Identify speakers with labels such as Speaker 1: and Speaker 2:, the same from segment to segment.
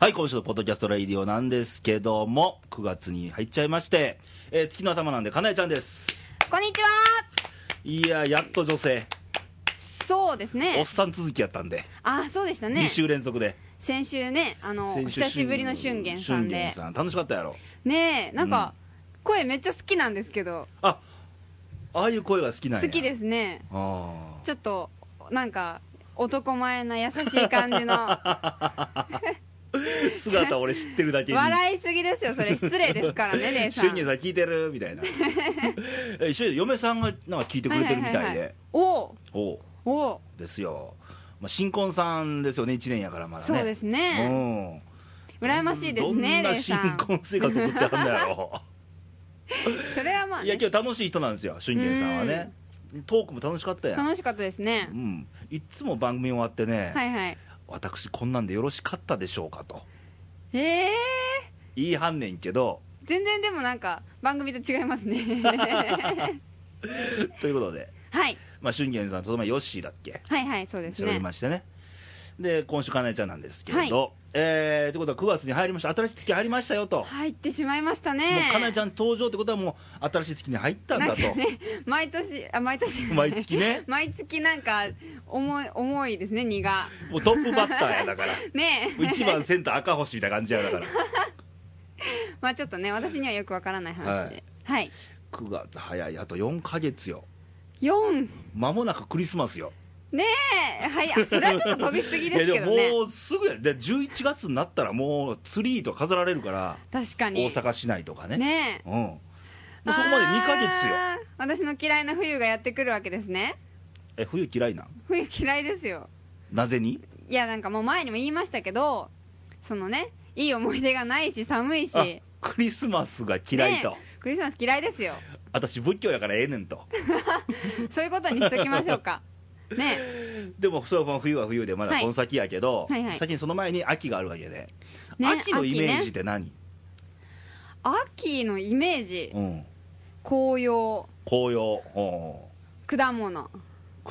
Speaker 1: はい、今週のポッドキャストラディオなんですけども、9月に入っちゃいまして、えー月の頭なんで、かなえちゃんです。
Speaker 2: こんにちはい
Speaker 1: や、やっと女性、
Speaker 2: そうです
Speaker 1: おっ
Speaker 2: ね
Speaker 1: さん続きやったんで、
Speaker 2: あそうでした
Speaker 1: 2
Speaker 2: ね
Speaker 1: 週連続で。
Speaker 2: 先週ねあの
Speaker 1: 先週
Speaker 2: 久しぶりの俊元さん
Speaker 1: 俊
Speaker 2: で
Speaker 1: 元さん楽しかったやろ。
Speaker 2: ねえなんか、声めっちゃ好きなんですけど
Speaker 1: あああいう声が好きなんや
Speaker 2: 好きですね
Speaker 1: あ
Speaker 2: ちょっとなんか男前な優しい感 じの
Speaker 1: ー姿俺知ってるだけに
Speaker 2: 笑いすぎですよそれ失礼ですか らねレイさん
Speaker 1: 俊介さん聞いてるみ たいなえ一緒に嫁さんがなんか聞いてくれてるみたいで、
Speaker 2: はははおう
Speaker 1: おう
Speaker 2: おう
Speaker 1: ですよ、まあ、新婚さんですよね1年やからまだね
Speaker 2: そうですね
Speaker 1: ね
Speaker 2: 羨ましいですね
Speaker 1: どん
Speaker 2: レ
Speaker 1: な
Speaker 2: イさ
Speaker 1: 新
Speaker 2: ん
Speaker 1: 婚生活送ってはんだや ろ
Speaker 2: それはまあ、
Speaker 1: いや
Speaker 2: ね、
Speaker 1: 今日楽しい人なんですよ俊介さんはねトークも楽しかったやん
Speaker 2: 楽しかったですね
Speaker 1: うん、いつも番組終わってね、
Speaker 2: はいはい
Speaker 1: 私こんなんでよろしかったでしょうかと
Speaker 2: ええ
Speaker 1: 言いはんねんけど
Speaker 2: 全然でもなんか番組と違い ますね
Speaker 1: ということで
Speaker 2: はい
Speaker 1: まあ、俊賢さんとその前ヨッシーだっけ
Speaker 2: はいはいそうです
Speaker 1: 喋り
Speaker 2: ね
Speaker 1: ましてねで今週かなえちゃんなんですけれど、
Speaker 2: は
Speaker 1: えーということは9月に入りました新しい月入りましたよと、
Speaker 2: 入ってしまいました
Speaker 1: も
Speaker 2: ね
Speaker 1: うかなえちゃん登場ってことはもう新しい月に入ったんだと、
Speaker 2: 毎年あ毎年
Speaker 1: 毎月ね
Speaker 2: 毎月なんか重い重いですね荷が
Speaker 1: もうトップバッターやだから
Speaker 2: ねえ
Speaker 1: 一番センター赤星みたいな感じやだから
Speaker 2: まあちょっとね私にはよくわからない話ではい、
Speaker 1: 9月早いあと4か月よ
Speaker 2: 4
Speaker 1: 間もなくクリスマスよ
Speaker 2: ねえはいそれはちょっと飛びすぎですけど
Speaker 1: いや
Speaker 2: ね
Speaker 1: でももうすぐやで11月になったらもうツリーとか飾られるから
Speaker 2: 確かに
Speaker 1: 大阪市内とかね
Speaker 2: ね
Speaker 1: う
Speaker 2: え
Speaker 1: んもうそこまで2か月よ
Speaker 2: あー私の嫌いな冬がやってくるわけですね
Speaker 1: え冬嫌いなん
Speaker 2: 冬嫌いですよ
Speaker 1: なぜに
Speaker 2: いやなんかもう前にも言いましたけどそのねいい思い出がないし寒いし
Speaker 1: あクリスマスが嫌いと、
Speaker 2: ねえクリスマス嫌いですよ
Speaker 1: 私仏教やからええねんと
Speaker 2: そういうことにしときましょう かねえ
Speaker 1: でもそれはもう冬は冬でまだ
Speaker 2: はい
Speaker 1: この先やけど、
Speaker 2: はいはい
Speaker 1: 先にその前に秋があるわけで、
Speaker 2: ね
Speaker 1: 秋のイメージっ
Speaker 2: 秋,、ね、
Speaker 1: て何、
Speaker 2: 秋のイメージ
Speaker 1: うん、
Speaker 2: 紅葉
Speaker 1: 紅葉、お
Speaker 2: 果物
Speaker 1: う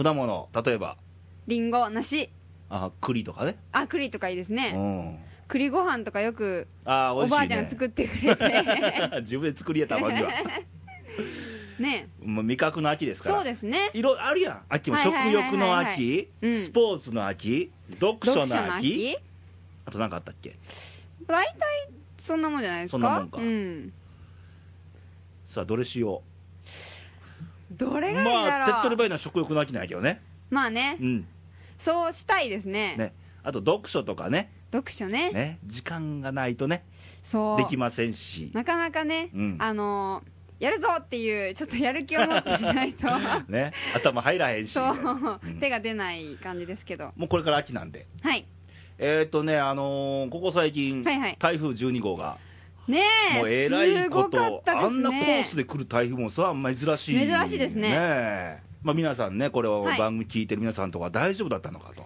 Speaker 1: 果物例えば
Speaker 2: りんご梨
Speaker 1: あ栗とかね、
Speaker 2: あ栗とかいいです
Speaker 1: う
Speaker 2: ね
Speaker 1: ん、
Speaker 2: 栗ご飯とかよく
Speaker 1: あ美
Speaker 2: お
Speaker 1: 味しい、ね、
Speaker 2: ばあちゃん作ってくれ て
Speaker 1: 自分で作りやたまには
Speaker 2: ね
Speaker 1: もう味覚の秋ですから
Speaker 2: そうですね
Speaker 1: いろあるやん秋も
Speaker 2: はい
Speaker 1: 食
Speaker 2: はいはいはい
Speaker 1: 欲の秋、
Speaker 2: うん
Speaker 1: スポーツの秋読書の
Speaker 2: 読書の
Speaker 1: 秋
Speaker 2: 秋
Speaker 1: あと何かあったっけ
Speaker 2: 大体そんなもんじゃないですか
Speaker 1: そんなもんか
Speaker 2: うん、
Speaker 1: さあどれしよ
Speaker 2: ど
Speaker 1: う
Speaker 2: れがいいだ
Speaker 1: まあ手っ
Speaker 2: ろ
Speaker 1: 取り
Speaker 2: う
Speaker 1: 早いのは食欲の秋なんやけどね
Speaker 2: まあね
Speaker 1: うん
Speaker 2: そうしたいですね
Speaker 1: ね、あと読書とかね
Speaker 2: 読書ね
Speaker 1: ね時間がないとね
Speaker 2: そう
Speaker 1: できませんし、
Speaker 2: なかなかね、
Speaker 1: うん
Speaker 2: あのーやるぞっていうちょっとやる気を持ってしな いと
Speaker 1: ね、頭入らへんし、
Speaker 2: そう、
Speaker 1: うん
Speaker 2: 手が出ない感じですけど
Speaker 1: もうこれから秋なんで
Speaker 2: はい
Speaker 1: えっ、ー、とね、あのーここ最近、
Speaker 2: はいはい
Speaker 1: 台風12号が
Speaker 2: ねえ
Speaker 1: もうえらいこ
Speaker 2: すごか
Speaker 1: と、
Speaker 2: ったで
Speaker 1: あ
Speaker 2: すね
Speaker 1: んなコースで来る台風もさ珍しい
Speaker 2: 珍しいですね
Speaker 1: えまあ、皆さんねこれを
Speaker 2: はい
Speaker 1: 番組聞いてる皆さんとか大丈夫だったのかと、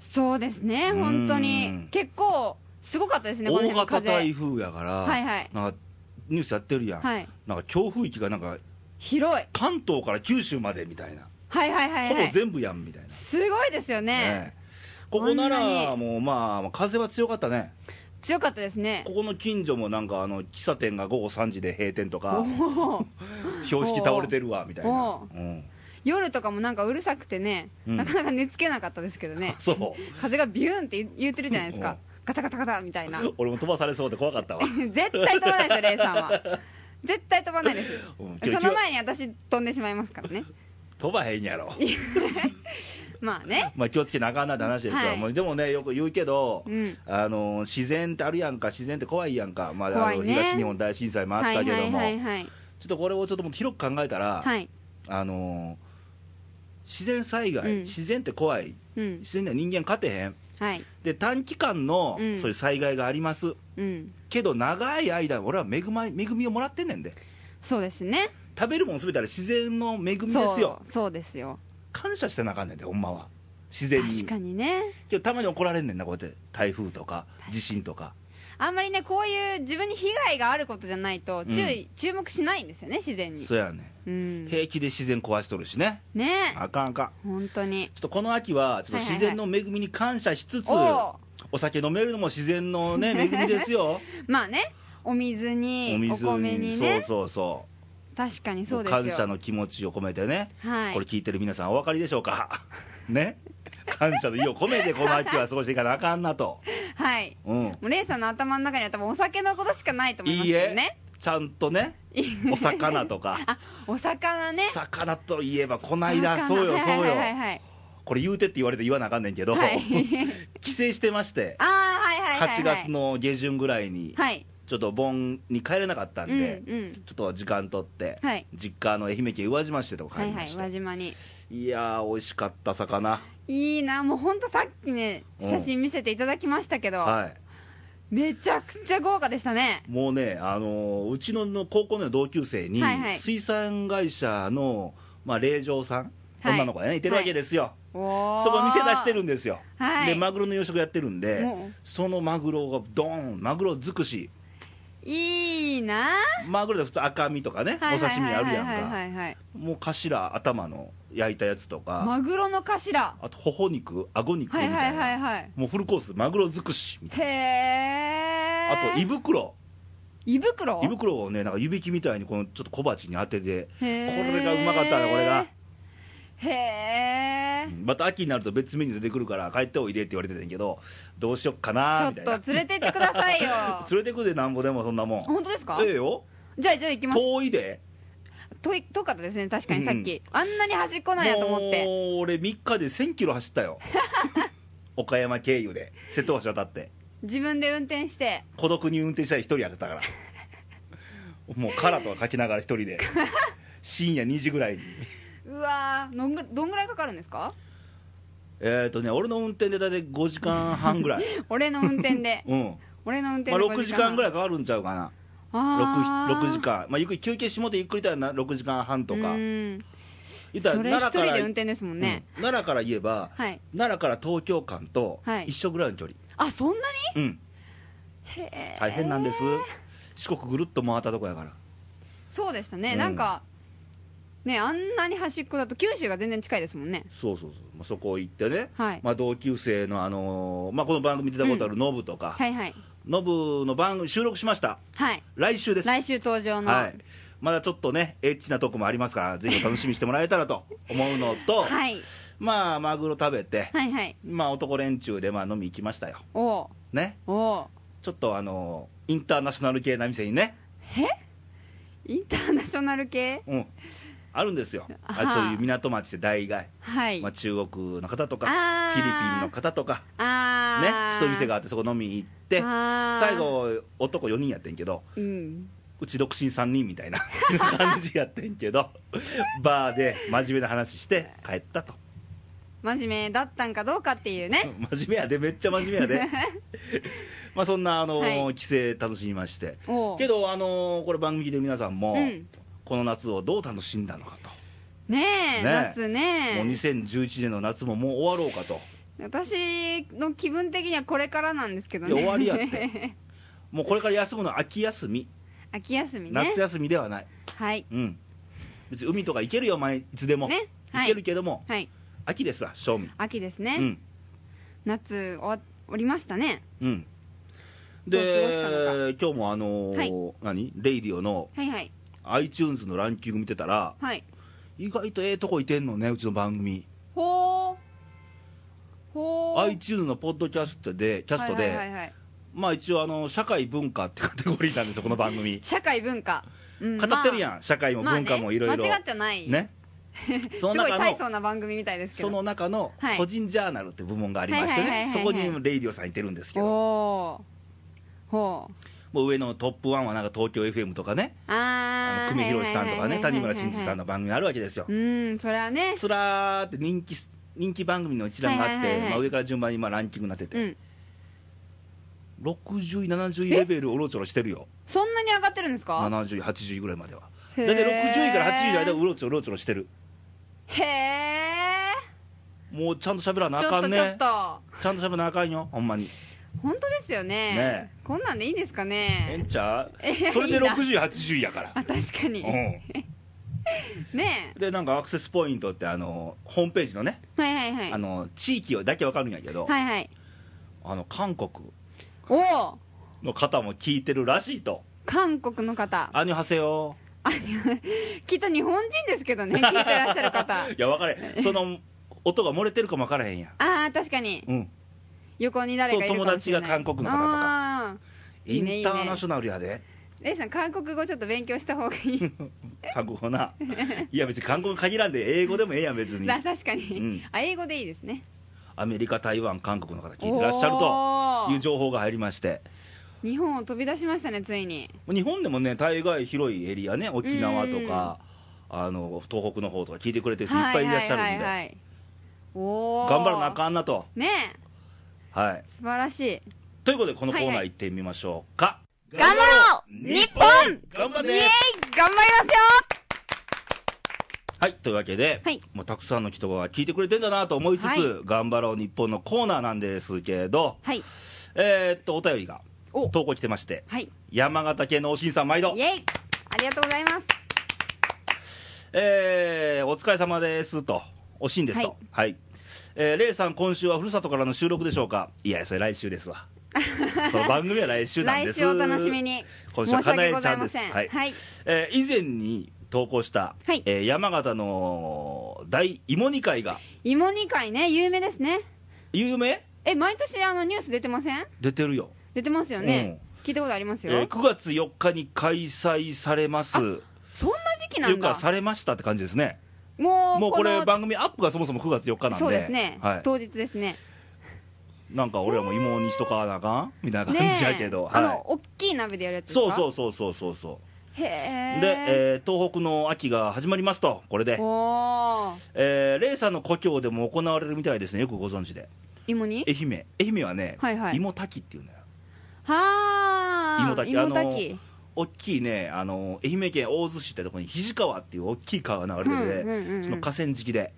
Speaker 2: そうですね本当
Speaker 1: う
Speaker 2: に
Speaker 1: ん
Speaker 2: 結構すごかったですねこの
Speaker 1: 大
Speaker 2: 辺の
Speaker 1: 型
Speaker 2: 風
Speaker 1: 台風やから、
Speaker 2: はいはい
Speaker 1: なんかニュースやってるやん、
Speaker 2: はい
Speaker 1: なんか強風域がなんか
Speaker 2: 広い
Speaker 1: 関東から九州までみたいな、
Speaker 2: はいはいはいは
Speaker 1: ほぼ
Speaker 2: い
Speaker 1: 全部やんみたいな
Speaker 2: すごいですよね
Speaker 1: ねここな
Speaker 2: こんな
Speaker 1: ら
Speaker 2: に
Speaker 1: もうまあ風は強かったね
Speaker 2: 強かったですね
Speaker 1: ここの近所もなんかあの喫茶店が午後3時で閉店と
Speaker 2: お
Speaker 1: か
Speaker 2: お
Speaker 1: 標識倒れてるわみたいな、
Speaker 2: おう
Speaker 1: うん
Speaker 2: 夜とかもなんかうるさくてね、
Speaker 1: うん
Speaker 2: なかなか寝つけなかったですけどね
Speaker 1: そう
Speaker 2: 風がビューンって言言ってるじゃないです
Speaker 1: うん
Speaker 2: かガタガタガタみたいな 絶
Speaker 1: 俺も飛ばされそうで怖かったわ、
Speaker 2: 対飛ばないですよレイさ んは絶対飛ばないです
Speaker 1: うん
Speaker 2: その前に私飛んでしまいますからね
Speaker 1: 飛ばへんやろ
Speaker 2: まあね
Speaker 1: まあ気をつけなあかんなって話ですよ、
Speaker 2: はい
Speaker 1: もうでもねよく言うけど、
Speaker 2: うん
Speaker 1: あの自然ってあるやんか自然って怖いやんか、まああ
Speaker 2: 怖
Speaker 1: の
Speaker 2: いね
Speaker 1: 東日本大震災もあっ
Speaker 2: は
Speaker 1: た
Speaker 2: い
Speaker 1: け
Speaker 2: は
Speaker 1: ど
Speaker 2: い
Speaker 1: も、
Speaker 2: はいはい
Speaker 1: ちょっとこれをちょっともっと広く考えたら、
Speaker 2: はい
Speaker 1: あの自然災害、
Speaker 2: うん
Speaker 1: 自然って怖い
Speaker 2: うん
Speaker 1: 自然には人間勝てへん
Speaker 2: はい
Speaker 1: で短期間の
Speaker 2: うん
Speaker 1: そういう災害があります、
Speaker 2: うん
Speaker 1: けど長い間俺は恵ま恵みをもらってんねんで
Speaker 2: そうですね
Speaker 1: 食べるもんすべてあれ自然の恵みです
Speaker 2: そ
Speaker 1: よ
Speaker 2: うそうですよ
Speaker 1: 感謝してなあかんねんでほんまは自然に
Speaker 2: 確かにね
Speaker 1: けどたまに怒られんねんなこうやって台風とか地震とか
Speaker 2: あんまりねこういう自分に被害があることじゃないと注意、注目しないんですよね自然に
Speaker 1: そうやね
Speaker 2: うん
Speaker 1: ん平気で自然壊しとるしね
Speaker 2: ね
Speaker 1: あかんあかん
Speaker 2: 本当に
Speaker 1: ちょっとこの秋はちょっと自然の恵みに感謝しつつ、
Speaker 2: おう
Speaker 1: お酒飲めるのも自然の ね、恵みですよ。
Speaker 2: まあねお水に
Speaker 1: お
Speaker 2: お
Speaker 1: 水
Speaker 2: 米にね
Speaker 1: そうそうそ
Speaker 2: 確かに
Speaker 1: う
Speaker 2: そうですよ
Speaker 1: 感謝の気持ちを込めてね、
Speaker 2: はい
Speaker 1: これ聞いてる皆さんお分かりでしょうか ね感謝の意を込めてこの秋は過ごしていかなあかんなと、
Speaker 2: はい
Speaker 1: うん、
Speaker 2: もうレイさんの頭の中には多分お酒のことしかないと思いま
Speaker 1: い
Speaker 2: す
Speaker 1: い
Speaker 2: よ
Speaker 1: え
Speaker 2: ね
Speaker 1: ちゃんと ねお魚とか
Speaker 2: あお魚ね
Speaker 1: 魚といえばこの
Speaker 2: 魚
Speaker 1: 間そうよ
Speaker 2: はい
Speaker 1: そうよ
Speaker 2: はいはいはい
Speaker 1: これ言うてって言われて言わなあかんねんけど、
Speaker 2: はい
Speaker 1: 帰省してまして
Speaker 2: ああはいはいはい
Speaker 1: 8
Speaker 2: はい
Speaker 1: 月の下旬ぐらいに
Speaker 2: はい
Speaker 1: ちょっと盆に帰れなかったん
Speaker 2: うん
Speaker 1: で、
Speaker 2: うん
Speaker 1: ちょっと時間取って、
Speaker 2: はい
Speaker 1: 実家の愛媛県宇和島市でとこ
Speaker 2: は
Speaker 1: 帰り
Speaker 2: いは
Speaker 1: ま
Speaker 2: い
Speaker 1: して、
Speaker 2: 輪島に
Speaker 1: い、やー美味しかった魚
Speaker 2: いいなもうほんとさっきね
Speaker 1: うん
Speaker 2: 写真見せていただきましたけど、
Speaker 1: はい
Speaker 2: めちゃくちゃ豪華でしたね
Speaker 1: もうね、あのーうちのの高校の同級生に、
Speaker 2: はいはい
Speaker 1: 水産会社の、まあ、令嬢さん、
Speaker 2: はい
Speaker 1: 女の子がね、いてるわけですよ、
Speaker 2: おー
Speaker 1: そこ店出してるんですよ、
Speaker 2: はい
Speaker 1: でマグロの養殖やってるんで
Speaker 2: もう、
Speaker 1: そのマグロがドーン、マグロ尽くし、
Speaker 2: いいな
Speaker 1: マグロで普通、赤身とかね、
Speaker 2: はい
Speaker 1: お刺身あるやん
Speaker 2: は
Speaker 1: か、
Speaker 2: いはいはいはいはい
Speaker 1: もう頭、頭の焼いたやつとか、
Speaker 2: マグロの頭
Speaker 1: あと頬肉、顎肉み
Speaker 2: は
Speaker 1: た
Speaker 2: い
Speaker 1: いな、
Speaker 2: はいはいはい
Speaker 1: もうフルコース、マグロ尽くしみたい
Speaker 2: へえ
Speaker 1: な、あと胃袋。
Speaker 2: 胃袋
Speaker 1: 胃袋をねなんか湯引きみたいにこのちょっと小鉢に当ててこ
Speaker 2: へー
Speaker 1: れがうまかったなこれが
Speaker 2: へえ
Speaker 1: また秋になると別メニュー出てくるから帰っておいでって言われてたんやけどどうしよっか
Speaker 2: ち
Speaker 1: なみ
Speaker 2: ょった
Speaker 1: いな
Speaker 2: と連れてってくださ いよ
Speaker 1: 連れてくでなんぼでもそんなもん
Speaker 2: 本当ですか
Speaker 1: ええよ
Speaker 2: じゃあじゃあ行きます
Speaker 1: 遠いで
Speaker 2: 遠い遠かったですね確かにさっき、
Speaker 1: う
Speaker 2: あんなに端っこなんやと思って
Speaker 1: もう俺3日で1 0 0 0キロ走った よ岡山経由で瀬戸橋渡って
Speaker 2: 自分で運転して
Speaker 1: 孤独に運転したり1人やってたから もうカラとか書きながら1人で深夜2時ぐらいに
Speaker 2: うわーのんぐどんぐらいかかるんですか
Speaker 1: えっとね俺の運転で大体5時間半 ぐらい
Speaker 2: 俺の運転で
Speaker 1: うん
Speaker 2: 俺の運転
Speaker 1: ま
Speaker 2: で
Speaker 1: あ、6時間ぐら
Speaker 2: い
Speaker 1: いかかるんちゃうかな、
Speaker 2: あ
Speaker 1: 6,
Speaker 2: ー
Speaker 1: 時間、まあ、ゆっくり休憩しもてゆっくりだな6時間半とか、
Speaker 2: うん
Speaker 1: 言ったら
Speaker 2: それ一
Speaker 1: 奈良
Speaker 2: 人
Speaker 1: から
Speaker 2: で運転ですもんね、
Speaker 1: うん奈良から言えば、
Speaker 2: はい
Speaker 1: 奈良から東京間と
Speaker 2: はい
Speaker 1: 一緒ぐらいの距離、
Speaker 2: あそんなに
Speaker 1: うん、大変なんです、四国ぐるっと回ったとこやから、
Speaker 2: そうでしたね、
Speaker 1: うん
Speaker 2: なんかねあんなに端っこだと九州が全然近いですもんね
Speaker 1: そうそうそう、まあ、そこ行ってね、
Speaker 2: はい
Speaker 1: まあ、同級生の、あのーまあ、この番組出たことあるノブとか、
Speaker 2: はいはい
Speaker 1: ノブの番組、収録しました、
Speaker 2: はい
Speaker 1: 来週です。
Speaker 2: 来週登場の
Speaker 1: はい、まだちょっとね、エッチなとこもありますから、ぜひお楽しみにしてもらえたらと思うのと、
Speaker 2: はい
Speaker 1: まあ、マグロ食べて、
Speaker 2: はいはい
Speaker 1: まあ、男連中でまあ飲み行きましたよ、
Speaker 2: お
Speaker 1: ね、
Speaker 2: おお
Speaker 1: ちょっとあのインターナショナル系な店にね、
Speaker 2: うインターナショナル系
Speaker 1: うん、あるんですよ、あ
Speaker 2: はあ
Speaker 1: そういう港町で大概、
Speaker 2: はい、
Speaker 1: まあ、中国の方とか、
Speaker 2: あ
Speaker 1: フ
Speaker 2: ー
Speaker 1: ィリピンの方とか、
Speaker 2: あ
Speaker 1: ね
Speaker 2: あ、
Speaker 1: そういう店があって、そこ飲みに行って、
Speaker 2: あー
Speaker 1: 最後、男4人やってんけど、
Speaker 2: うん
Speaker 1: うち独身3人みたい な感じやってんけど、バーで真面目な話して帰ったと。
Speaker 2: 真面目だったんかどうかっていうね
Speaker 1: 真面目やでめっちゃ真面目や でまあそんなあのー
Speaker 2: はい
Speaker 1: 帰省楽しみまして
Speaker 2: おう
Speaker 1: けどあのーこれ番組で皆さんも、
Speaker 2: うん
Speaker 1: この夏をどう楽しんだのかと、
Speaker 2: ねえ
Speaker 1: ねえ
Speaker 2: 夏ね
Speaker 1: もう2011年の夏ももう終わろうかと
Speaker 2: 私の気分的にはこれからなんですけど
Speaker 1: い
Speaker 2: ね
Speaker 1: や終わりやってもうこれから休むのは秋休み、
Speaker 2: 秋休みね
Speaker 1: 夏休みではない
Speaker 2: はい
Speaker 1: うん別に海とか行けるよ前いつでも、
Speaker 2: ねはい
Speaker 1: 行けるけども
Speaker 2: はい
Speaker 1: 秋ですわ正味
Speaker 2: 秋です
Speaker 1: う
Speaker 2: ね、
Speaker 1: ん
Speaker 2: 夏終わおりましたね
Speaker 1: うん
Speaker 2: どう過ごしたの
Speaker 1: で今日もあのー何レイディオの
Speaker 2: はいはい
Speaker 1: iTunes のランキング見てたら
Speaker 2: はい
Speaker 1: 意外とええとこいてんのねうちの番組
Speaker 2: ほうほう
Speaker 1: iTunes のポッドキャストでキャストで、
Speaker 2: はいはいはいはい
Speaker 1: まあ一応あの社会文化ってカテゴリーなん ですよこの番組
Speaker 2: 社会文化、うん
Speaker 1: 語ってるやん、
Speaker 2: まあ
Speaker 1: 社会も文化もいろいろ
Speaker 2: まあね間違ってない
Speaker 1: ねそ
Speaker 2: す
Speaker 1: の
Speaker 2: ごい
Speaker 1: 中
Speaker 2: 大
Speaker 1: の
Speaker 2: 層な番組みたいですけど
Speaker 1: その中の
Speaker 2: はい
Speaker 1: 個人ジャーナルって部門がありまして
Speaker 2: はいはいはい
Speaker 1: ね
Speaker 2: はい
Speaker 1: そ
Speaker 2: は
Speaker 1: こ
Speaker 2: い
Speaker 1: にレイディオさんいてるんですけど
Speaker 2: おーほう
Speaker 1: もう上のトップ1はなんか東京 FM とかね
Speaker 2: あ
Speaker 1: あ
Speaker 2: あ
Speaker 1: の久米宏さんとかね谷村新司さん
Speaker 2: の
Speaker 1: の番組あるわけですよ
Speaker 2: うんそれはね
Speaker 1: つらーって人気す人気番組の一覧があっ
Speaker 2: はいはい
Speaker 1: て
Speaker 2: はいはい
Speaker 1: まあ上から順番にまあランキングになってて、
Speaker 2: うん
Speaker 1: 60位70位レベルをうろちょろしてるよ
Speaker 2: そんなに上がってるんですか
Speaker 1: 70位80位ぐらいまでは
Speaker 2: へー
Speaker 1: 大体60位から80位の間をうろちょろうろちょろしてる
Speaker 2: へえ
Speaker 1: もうちゃんと喋らなあ
Speaker 2: ちょ
Speaker 1: か
Speaker 2: っと
Speaker 1: ん
Speaker 2: ちょっ
Speaker 1: ね
Speaker 2: と
Speaker 1: ちゃんと喋らなあかんよほんまに
Speaker 2: 本当ですよね
Speaker 1: ね
Speaker 2: こんなんでいいんですか
Speaker 1: ええ
Speaker 2: ね
Speaker 1: んちゃ
Speaker 2: えー
Speaker 1: うそれで
Speaker 2: いいな
Speaker 1: 60位80位やから
Speaker 2: あ確かに
Speaker 1: う
Speaker 2: ね
Speaker 1: んでなんかアクセスポイントってあのホームページのね
Speaker 2: えはいはいはい
Speaker 1: あの地域をだけわかるんやけど
Speaker 2: はいはい
Speaker 1: あの韓国
Speaker 2: おお
Speaker 1: の方も聞いてるらしいと
Speaker 2: 韓国の方
Speaker 1: アニョハセヨ
Speaker 2: きっと日本人ですけ どね聞いてらっしゃる方あ
Speaker 1: いや分かれんその音が漏れてるかも分からへんやん
Speaker 2: あー確かに
Speaker 1: うん
Speaker 2: 横に誰かいるかもしれない
Speaker 1: そう友達が韓国の方と
Speaker 2: かい
Speaker 1: イ
Speaker 2: いねいいね
Speaker 1: ンターナショナルやで
Speaker 2: レイさん韓国語ちょっと勉強した方がいい
Speaker 1: 韓国語 ないや別に韓国に限らんで英語でもええやん別に
Speaker 2: な確かに、
Speaker 1: うん
Speaker 2: あ英語でいいですね
Speaker 1: アメリカ台湾韓国の方聞いてらっしゃると
Speaker 2: と
Speaker 1: いう情報が入りまして
Speaker 2: 日本を飛び出しましたねついに
Speaker 1: 日本でもね大概広いエリアね沖縄とかあの東北の方とか聞いてくれてる人いっぱいいらっしゃるんで、
Speaker 2: はいはいはいはいおお
Speaker 1: 頑張らなあかんなと
Speaker 2: ね
Speaker 1: はい
Speaker 2: え素晴らしい
Speaker 1: ということでこのコー
Speaker 2: はい
Speaker 1: ナ
Speaker 2: は
Speaker 1: ー
Speaker 2: い
Speaker 1: 行ってみましょうか、
Speaker 2: 頑張ろう日本
Speaker 1: 頑張っ
Speaker 2: イエ
Speaker 1: て
Speaker 2: イ頑張りますよ
Speaker 1: はいというわけで、
Speaker 2: はい
Speaker 1: もうたくさんの人が聞いてくれてんだなと思いつつ、
Speaker 2: はい
Speaker 1: 頑張ろう日本のコーナーなんですけど
Speaker 2: はい
Speaker 1: えーっとお便りが
Speaker 2: お
Speaker 1: 投稿来てまして
Speaker 2: はい
Speaker 1: 山形県のおしんさん毎度
Speaker 2: イエイありがとうございます
Speaker 1: えーお疲れ様ですと、おしんですと、はい、えーレイさん、今週はふるさとからの収録でしょうか、いや、それ来週です わ、その番組は来週なんで
Speaker 2: 来
Speaker 1: す、
Speaker 2: 週お楽しみに
Speaker 1: 今週は
Speaker 2: 申し
Speaker 1: かな
Speaker 2: 訳
Speaker 1: え
Speaker 2: ご
Speaker 1: ち
Speaker 2: ざ
Speaker 1: ゃ
Speaker 2: い
Speaker 1: んで、
Speaker 2: ますせん
Speaker 1: はい
Speaker 2: はい
Speaker 1: えー以前に投稿した、
Speaker 2: はい
Speaker 1: えー山形の大芋煮会が、
Speaker 2: 芋煮会ね有名ですね
Speaker 1: 有名
Speaker 2: え毎年あのニュース出てません
Speaker 1: 出てるよ、
Speaker 2: 出てますよね、聞いたことあります
Speaker 1: え
Speaker 2: よ、
Speaker 1: ー9月4日に開催されます、と
Speaker 2: そんな時期ないん
Speaker 1: うか、
Speaker 2: だ
Speaker 1: されましたって感じですね、
Speaker 2: もう
Speaker 1: もうこれ、
Speaker 2: の
Speaker 1: 番組アップがそもそも9月4日なんで、
Speaker 2: そうですね、
Speaker 1: はい、
Speaker 2: 当日ですね
Speaker 1: なんか俺らも芋にしとかなあかんみたいな感
Speaker 2: ね
Speaker 1: じやけど、
Speaker 2: あ
Speaker 1: はい
Speaker 2: の大きい鍋でやるやつですか
Speaker 1: そうそううそうそうそうそう
Speaker 2: へえ
Speaker 1: で、えー東北の秋が始まりますとこれで、
Speaker 2: おー
Speaker 1: えー、レイさんの故郷でも行われるみたいですねよくご存知で
Speaker 2: 芋煮
Speaker 1: 愛媛愛媛はね、
Speaker 2: はいはい
Speaker 1: 芋炊きっていうのよ
Speaker 2: はあ
Speaker 1: 芋炊き
Speaker 2: 芋炊
Speaker 1: あの大きいねあの愛媛県大洲市ってとこに肱川っていう大きい川が流れてて、
Speaker 2: うんうんうんうん
Speaker 1: その河川敷で、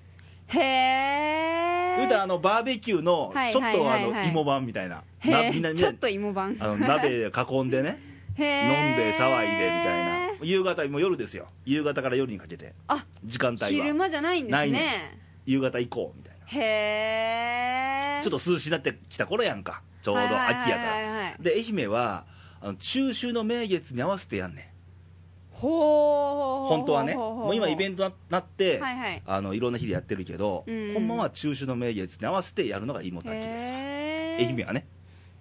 Speaker 2: きへえ
Speaker 1: 言うたらあのバーベキューの
Speaker 2: はい
Speaker 1: ちょっとあ
Speaker 2: はいはいは
Speaker 1: の
Speaker 2: い
Speaker 1: 芋版みたいな、
Speaker 2: へ
Speaker 1: な
Speaker 2: ー
Speaker 1: みんなみん
Speaker 2: ちょ
Speaker 1: な
Speaker 2: っと芋版
Speaker 1: あの鍋囲んでね
Speaker 2: へ
Speaker 1: 飲んで
Speaker 2: え
Speaker 1: 騒いでみたいな夕方もう夜ですよ夕方から夜にかけて
Speaker 2: あ
Speaker 1: 時間帯
Speaker 2: 昼
Speaker 1: は
Speaker 2: 間じゃないんです
Speaker 1: ない
Speaker 2: ね
Speaker 1: ね夕方以降みたいな
Speaker 2: へえ
Speaker 1: ちょっと涼しになってきた頃やんかちょうど秋やから
Speaker 2: ら
Speaker 1: で愛媛はあの中秋の名月に合わせてやんね
Speaker 2: ほ
Speaker 1: ん
Speaker 2: う
Speaker 1: 本当はねもう今イベ
Speaker 2: ン
Speaker 1: ントななって、
Speaker 2: はいはい
Speaker 1: あのいろんな日でやってるけど、
Speaker 2: うん
Speaker 1: ほんまは中秋の名月に合わせてやるのが芋
Speaker 2: ト
Speaker 1: 炊きですわ
Speaker 2: 愛
Speaker 1: 愛媛はね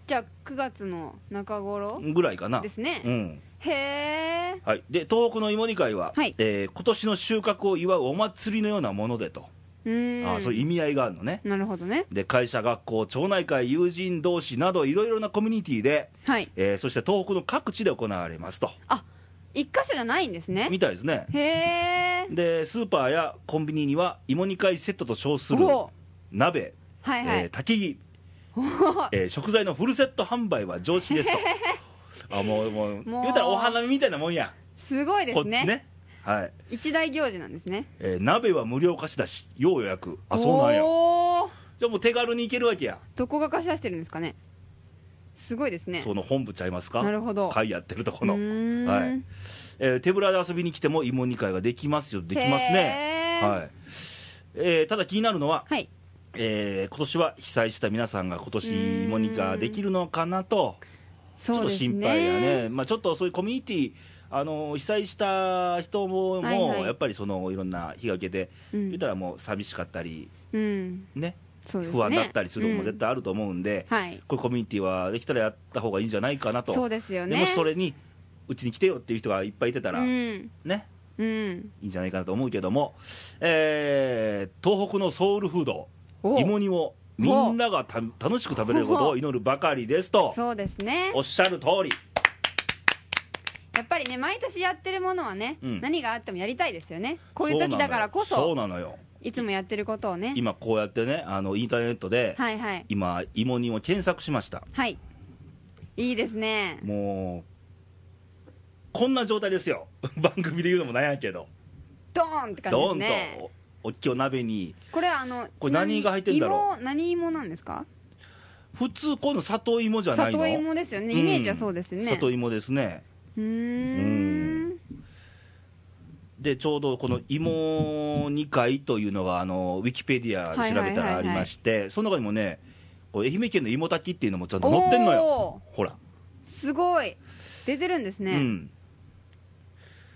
Speaker 2: じゃあ9月の中頃
Speaker 1: ぐらいかな
Speaker 2: ですね
Speaker 1: うん
Speaker 2: へえ
Speaker 1: はい、で東北の芋煮会は、
Speaker 2: はい
Speaker 1: えー今年の収穫を祝うお祭りのようなものでと、
Speaker 2: うーん
Speaker 1: あーそういう意味合いがあるのね
Speaker 2: なるほどね
Speaker 1: で会社学校町内会友人同士などいろいろなコミュニティで、
Speaker 2: はい
Speaker 1: えーそして東北の各地で行われますと
Speaker 2: あ一箇所じゃないんですね
Speaker 1: みたいですね
Speaker 2: へえ
Speaker 1: でスーパーやコンビニには芋煮会セットと称する
Speaker 2: お
Speaker 1: 鍋、
Speaker 2: はいはい、
Speaker 1: えー焚き木、えー食材のフルセット販売は常識です とあもうもう
Speaker 2: もう
Speaker 1: 言うたらお花見みたいなもんや
Speaker 2: すごいですね
Speaker 1: こはい
Speaker 2: 一大行事なんですね
Speaker 1: えー鍋は無料貸しだし要予約あそうなんや
Speaker 2: おー
Speaker 1: じゃあもう手軽に行けるわけや、
Speaker 2: どこが貸し出してるんですかねすごいですね
Speaker 1: その本部ちゃいますか
Speaker 2: なるほど
Speaker 1: 会やってるとこ
Speaker 2: う
Speaker 1: の
Speaker 2: ーん
Speaker 1: はいえー手ぶらで遊びに来ても芋煮会ができますよできますね、
Speaker 2: へー
Speaker 1: はいえーただ気になるのは、
Speaker 2: はい
Speaker 1: えー今年は被災した皆さんが今
Speaker 2: うー
Speaker 1: 年
Speaker 2: ん
Speaker 1: 芋煮会できるのかなとちょ
Speaker 2: そ
Speaker 1: っ
Speaker 2: う
Speaker 1: と
Speaker 2: です
Speaker 1: 心配やね、まあ、ちょっとそういうコミュニティあのー被災した人も、
Speaker 2: はいはい
Speaker 1: やっぱりそのいろんな被害を受けて、
Speaker 2: うん
Speaker 1: 言ったらもう寂しかったり、
Speaker 2: うん
Speaker 1: ね、
Speaker 2: そうですね
Speaker 1: 不安だったりするのも絶
Speaker 2: 対、
Speaker 1: 対あると思うんで、
Speaker 2: うんはい
Speaker 1: こういうコミュニティはできたらやった方がいいんじゃないかなと、
Speaker 2: そうですよね
Speaker 1: でもしそれにうちに来てよっていう人がいっぱいいてたら、
Speaker 2: うん
Speaker 1: ね、
Speaker 2: うん
Speaker 1: いいんじゃないかなと思うけども、えー東北のソウルフード、
Speaker 2: お
Speaker 1: 芋煮をみんながた楽しく食べれることを祈るばかりですと、
Speaker 2: そうですね
Speaker 1: おっしゃる通り、
Speaker 2: やっぱりね毎年やってるものはね、
Speaker 1: うん
Speaker 2: 何があってもやりたいですよねこういう時だからこそ
Speaker 1: そうなのよ、
Speaker 2: いつもやってることをね
Speaker 1: 今、こうやってね、あのインターネットで、
Speaker 2: はいはい
Speaker 1: 今、芋煮を検索しました、
Speaker 2: はいいいですね
Speaker 1: もう、こんな状態ですよ、 番組で言うのもなんやけど。
Speaker 2: ドーンって感じで
Speaker 1: ドー
Speaker 2: す
Speaker 1: ンと
Speaker 2: ね
Speaker 1: おっきいお鍋に
Speaker 2: これあの
Speaker 1: これ
Speaker 2: ちな
Speaker 1: 何
Speaker 2: みに
Speaker 1: が入ってんだろ
Speaker 2: 芋何芋なんですか
Speaker 1: 普通この里芋じゃないの
Speaker 2: 里芋ですよねイメージはそうですよ
Speaker 1: ん
Speaker 2: ね
Speaker 1: 里芋ですね
Speaker 2: うーん
Speaker 1: でちょうどこの芋2回というのがあのウィキペディアで調べたらありましてその中にもねこれ愛媛県の芋炊きっていうのもちゃんと載ってんのよ
Speaker 2: お
Speaker 1: ほら、
Speaker 2: ーすごい出てるんです
Speaker 1: う
Speaker 2: ね、
Speaker 1: ん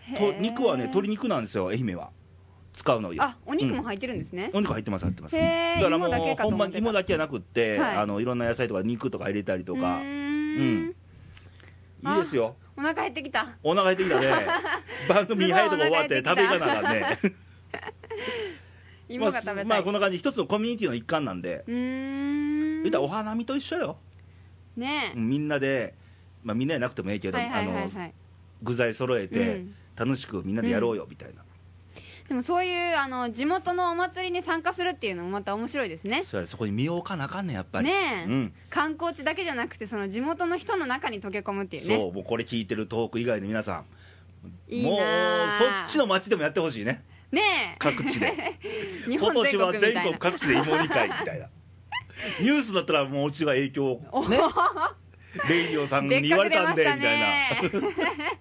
Speaker 2: へ
Speaker 1: と
Speaker 2: ー
Speaker 1: 肉はね鶏肉なんですよ愛媛は使うのよ
Speaker 2: あお肉も
Speaker 1: うん
Speaker 2: 入ってるんですね、
Speaker 1: お肉入ってます入ってます
Speaker 2: へー
Speaker 1: だからも
Speaker 2: 芋だけ
Speaker 1: う
Speaker 2: か
Speaker 1: ほ
Speaker 2: と
Speaker 1: ん
Speaker 2: 思
Speaker 1: ま
Speaker 2: ってた
Speaker 1: に芋だけじゃなくって、
Speaker 2: はい
Speaker 1: あのいろんな野菜とか肉とか入れたりと
Speaker 2: う
Speaker 1: か
Speaker 2: ーん
Speaker 1: いいですよ
Speaker 2: お腹減ってきた
Speaker 1: お腹減ってきた ね番組早いとこ終わって
Speaker 2: すごい
Speaker 1: 食
Speaker 2: お腹
Speaker 1: べ
Speaker 2: 減ってきた
Speaker 1: 行かなあかんね
Speaker 2: 芋が食べ
Speaker 1: ま
Speaker 2: た
Speaker 1: あ
Speaker 2: い、
Speaker 1: こんな感じ一つのコミュニティの一環なんで
Speaker 2: うー
Speaker 1: 言
Speaker 2: ん
Speaker 1: ったらお花見と一緒よ
Speaker 2: ね
Speaker 1: みんなで、まあ、みんなじゃなくてもええけ
Speaker 2: え
Speaker 1: ど、
Speaker 2: はいはいは
Speaker 1: あ
Speaker 2: い
Speaker 1: の
Speaker 2: はい
Speaker 1: 具材揃えて、
Speaker 2: うん
Speaker 1: 楽しくみんなでやろうよみたいな、
Speaker 2: でもそういうあの地元のお祭りに参加するっていうのもまた面白いですね
Speaker 1: そりゃそこに身を置かなあかんねんやっぱり
Speaker 2: ねえ、
Speaker 1: うん
Speaker 2: 観光地だけじゃなくてその地元の人の中に溶け込むっていう
Speaker 1: そ
Speaker 2: ね
Speaker 1: うもうこれ聞いてるトーク以外の皆さん
Speaker 2: いいな
Speaker 1: もう
Speaker 2: あ
Speaker 1: そっちの街でもやってほしいね
Speaker 2: ね
Speaker 1: 各地 で
Speaker 2: え日
Speaker 1: 今
Speaker 2: 本
Speaker 1: 年
Speaker 2: 全
Speaker 1: は
Speaker 2: 国みたい
Speaker 1: 全
Speaker 2: な
Speaker 1: 国各地で芋煮会み たいなニュースだったらもううちが影響をねレイディオさんに
Speaker 2: 別
Speaker 1: 言わ
Speaker 2: 格
Speaker 1: れ
Speaker 2: 出
Speaker 1: た
Speaker 2: ま
Speaker 1: んで
Speaker 2: し
Speaker 1: みた
Speaker 2: た
Speaker 1: いな
Speaker 2: ね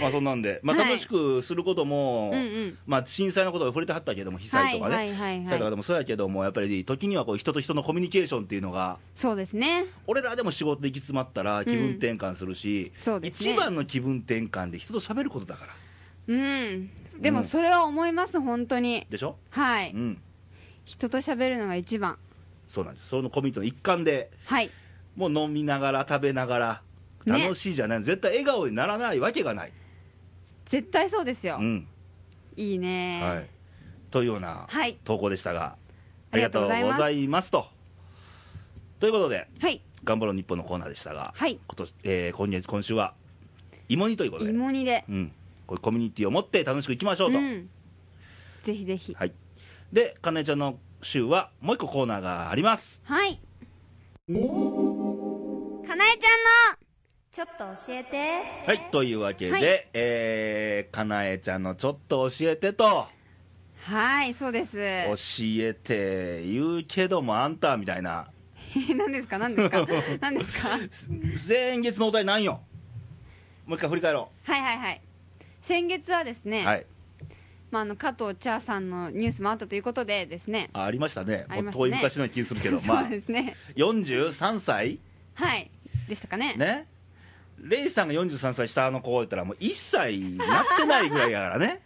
Speaker 1: まあそんなんで、まあ、
Speaker 2: はい
Speaker 1: 楽しくすることも、
Speaker 2: うんうん
Speaker 1: まあ、震災のことが触れてはったけども被災とかね、
Speaker 2: はいはいはい
Speaker 1: そう
Speaker 2: は
Speaker 1: や
Speaker 2: い
Speaker 1: でもそうやけどもやっぱり時にはこう人と人のコミュニケーションっていうのが
Speaker 2: そうですね
Speaker 1: 俺らでも仕事で行き詰まったら気分転換するし、
Speaker 2: そうですね
Speaker 1: 一番の気分転換で人と喋ることだから
Speaker 2: うんでもそれは思います本当に
Speaker 1: でしょ、
Speaker 2: は
Speaker 1: う
Speaker 2: い
Speaker 1: ん
Speaker 2: 人と喋るのが一番
Speaker 1: そうなんですそのコミュニティの一環で
Speaker 2: はい
Speaker 1: もう飲みながら食べながら
Speaker 2: ね
Speaker 1: 楽しいじゃない、絶対笑顔にならないわけがない、
Speaker 2: 絶対そうですよ、
Speaker 1: うん
Speaker 2: いいね
Speaker 1: はい、というような
Speaker 2: はい
Speaker 1: 投稿でしたが、あ
Speaker 2: あ
Speaker 1: り
Speaker 2: り
Speaker 1: が
Speaker 2: が
Speaker 1: と
Speaker 2: と
Speaker 1: う
Speaker 2: う
Speaker 1: ご
Speaker 2: ございます
Speaker 1: ざいますと。ということで、
Speaker 2: はい
Speaker 1: 頑張ろう日本のコーナーでしたが、
Speaker 2: はい
Speaker 1: 今年えー今月今週は芋煮ということで、
Speaker 2: 芋煮で
Speaker 1: うん、こういうコミュニティを持って楽しくいきましょうと、
Speaker 2: ん、ぜひぜひ
Speaker 1: はい、でかなえちゃんの週はもう一個コーナーがあります
Speaker 2: はいかなえちゃんのちょっと教えて
Speaker 1: はいというわけで、
Speaker 2: はい
Speaker 1: えーかなえちゃんの「ちょっと教えて」と
Speaker 2: はいそうで
Speaker 1: 「
Speaker 2: す
Speaker 1: 教えて言うけどもあんた」みたいな
Speaker 2: 何ですか何で すか何ですかはい
Speaker 1: 先月のお題なんよもう一回振り返ろ
Speaker 2: はいはい先月はです
Speaker 1: う、
Speaker 2: ね、
Speaker 1: はい、
Speaker 2: まあ、あの加藤茶さんのニュースもあったということでですね
Speaker 1: あありましたね
Speaker 2: あり
Speaker 1: もう
Speaker 2: ましたね
Speaker 1: 遠い昔の気する けどま
Speaker 2: そ
Speaker 1: あ
Speaker 2: うですね
Speaker 1: 43歳
Speaker 2: はいでしたかね
Speaker 1: ねレイさんが43歳下の子言ったらもう1歳なってないぐらいやからね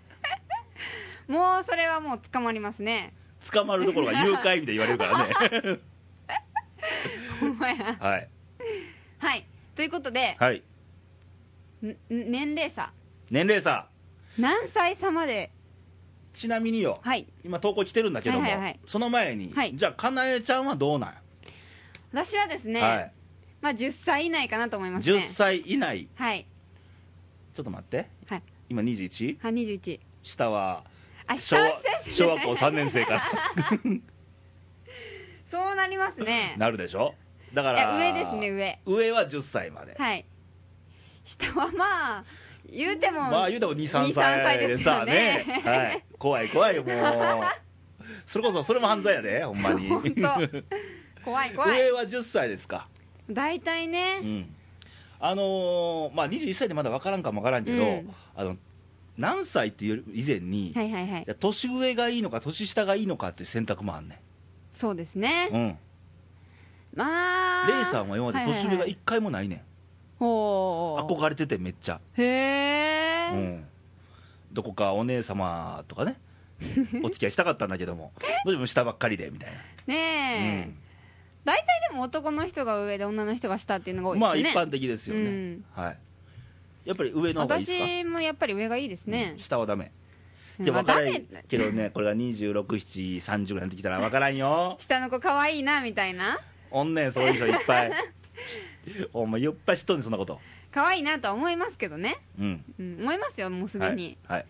Speaker 2: もうそれはもう捕まりますね
Speaker 1: 捕まるところが誘拐みたいに言われるからね
Speaker 2: ほんまや
Speaker 1: はい
Speaker 2: はいということで、
Speaker 1: はい
Speaker 2: ん年齢差
Speaker 1: 年齢差
Speaker 2: 何歳差まで
Speaker 1: ちなみによ
Speaker 2: はい
Speaker 1: 今投稿来てるんだけども、
Speaker 2: はいはいはい
Speaker 1: その前に、
Speaker 2: はい
Speaker 1: じゃあかなえちゃんはどうなん、
Speaker 2: 私はですね、
Speaker 1: はい、
Speaker 2: まあ10歳以内かなと思いますね
Speaker 1: 10歳以内
Speaker 2: はい
Speaker 1: ちょっと待って
Speaker 2: はい
Speaker 1: 今 21?
Speaker 2: はい21
Speaker 1: 下は
Speaker 2: あ
Speaker 1: 小和
Speaker 2: 下ですね
Speaker 1: 小学校3年生から
Speaker 2: そうなりますね
Speaker 1: なるでしょだか
Speaker 2: いや
Speaker 1: ら
Speaker 2: 上ですね上
Speaker 1: 上は10歳まで、
Speaker 2: はい下はまあ言うても
Speaker 1: まあ言うても23歳
Speaker 2: 23歳
Speaker 1: で
Speaker 2: で
Speaker 1: さ
Speaker 2: すよね
Speaker 1: はい、怖い怖いよもうそれこそそれも犯罪やでほんまに
Speaker 2: 本当怖い怖い
Speaker 1: 上は10歳ですか
Speaker 2: 大体
Speaker 1: う
Speaker 2: ね
Speaker 1: んあのーまあ21歳でまだ分からんかも分からんけど、
Speaker 2: うん
Speaker 1: あの何歳っていう以前に、
Speaker 2: はいはいはい
Speaker 1: いや年上がいいのか年下がいいのかっていう選択もあんね
Speaker 2: そうですね
Speaker 1: ん、うん、
Speaker 2: まあ
Speaker 1: レイさんは今まで年上が
Speaker 2: い
Speaker 1: 1回もないねん、
Speaker 2: ほう
Speaker 1: 憧れててめっちゃ、
Speaker 2: へ
Speaker 1: う
Speaker 2: え
Speaker 1: ん、どこかお姉様とか ねお付き合いしたかったんだけどもどうしても下ばっかりでみたいな
Speaker 2: ねえ大体でも男の人が上で女の人が下っていうのが多い
Speaker 1: まあ
Speaker 2: で
Speaker 1: 一
Speaker 2: すね
Speaker 1: 般的ですよね、
Speaker 2: うん
Speaker 1: はいやっぱり上の方がいいですか
Speaker 2: 私もやっぱり上がいいですね
Speaker 1: うん、下はダメ
Speaker 2: うん
Speaker 1: いや
Speaker 2: まあ
Speaker 1: 分から
Speaker 2: ダ
Speaker 1: ん
Speaker 2: メ
Speaker 1: けどねこれが2630ぐらいになってきたら分からんよ
Speaker 2: 下の子可愛いなみたいな
Speaker 1: おんねんそういう人いっぱ いお前いっぱい知っとんねんそんなこと
Speaker 2: 可愛いなとは思いますけどね、
Speaker 1: うん
Speaker 2: うん、思いますよもうすでに
Speaker 1: はい、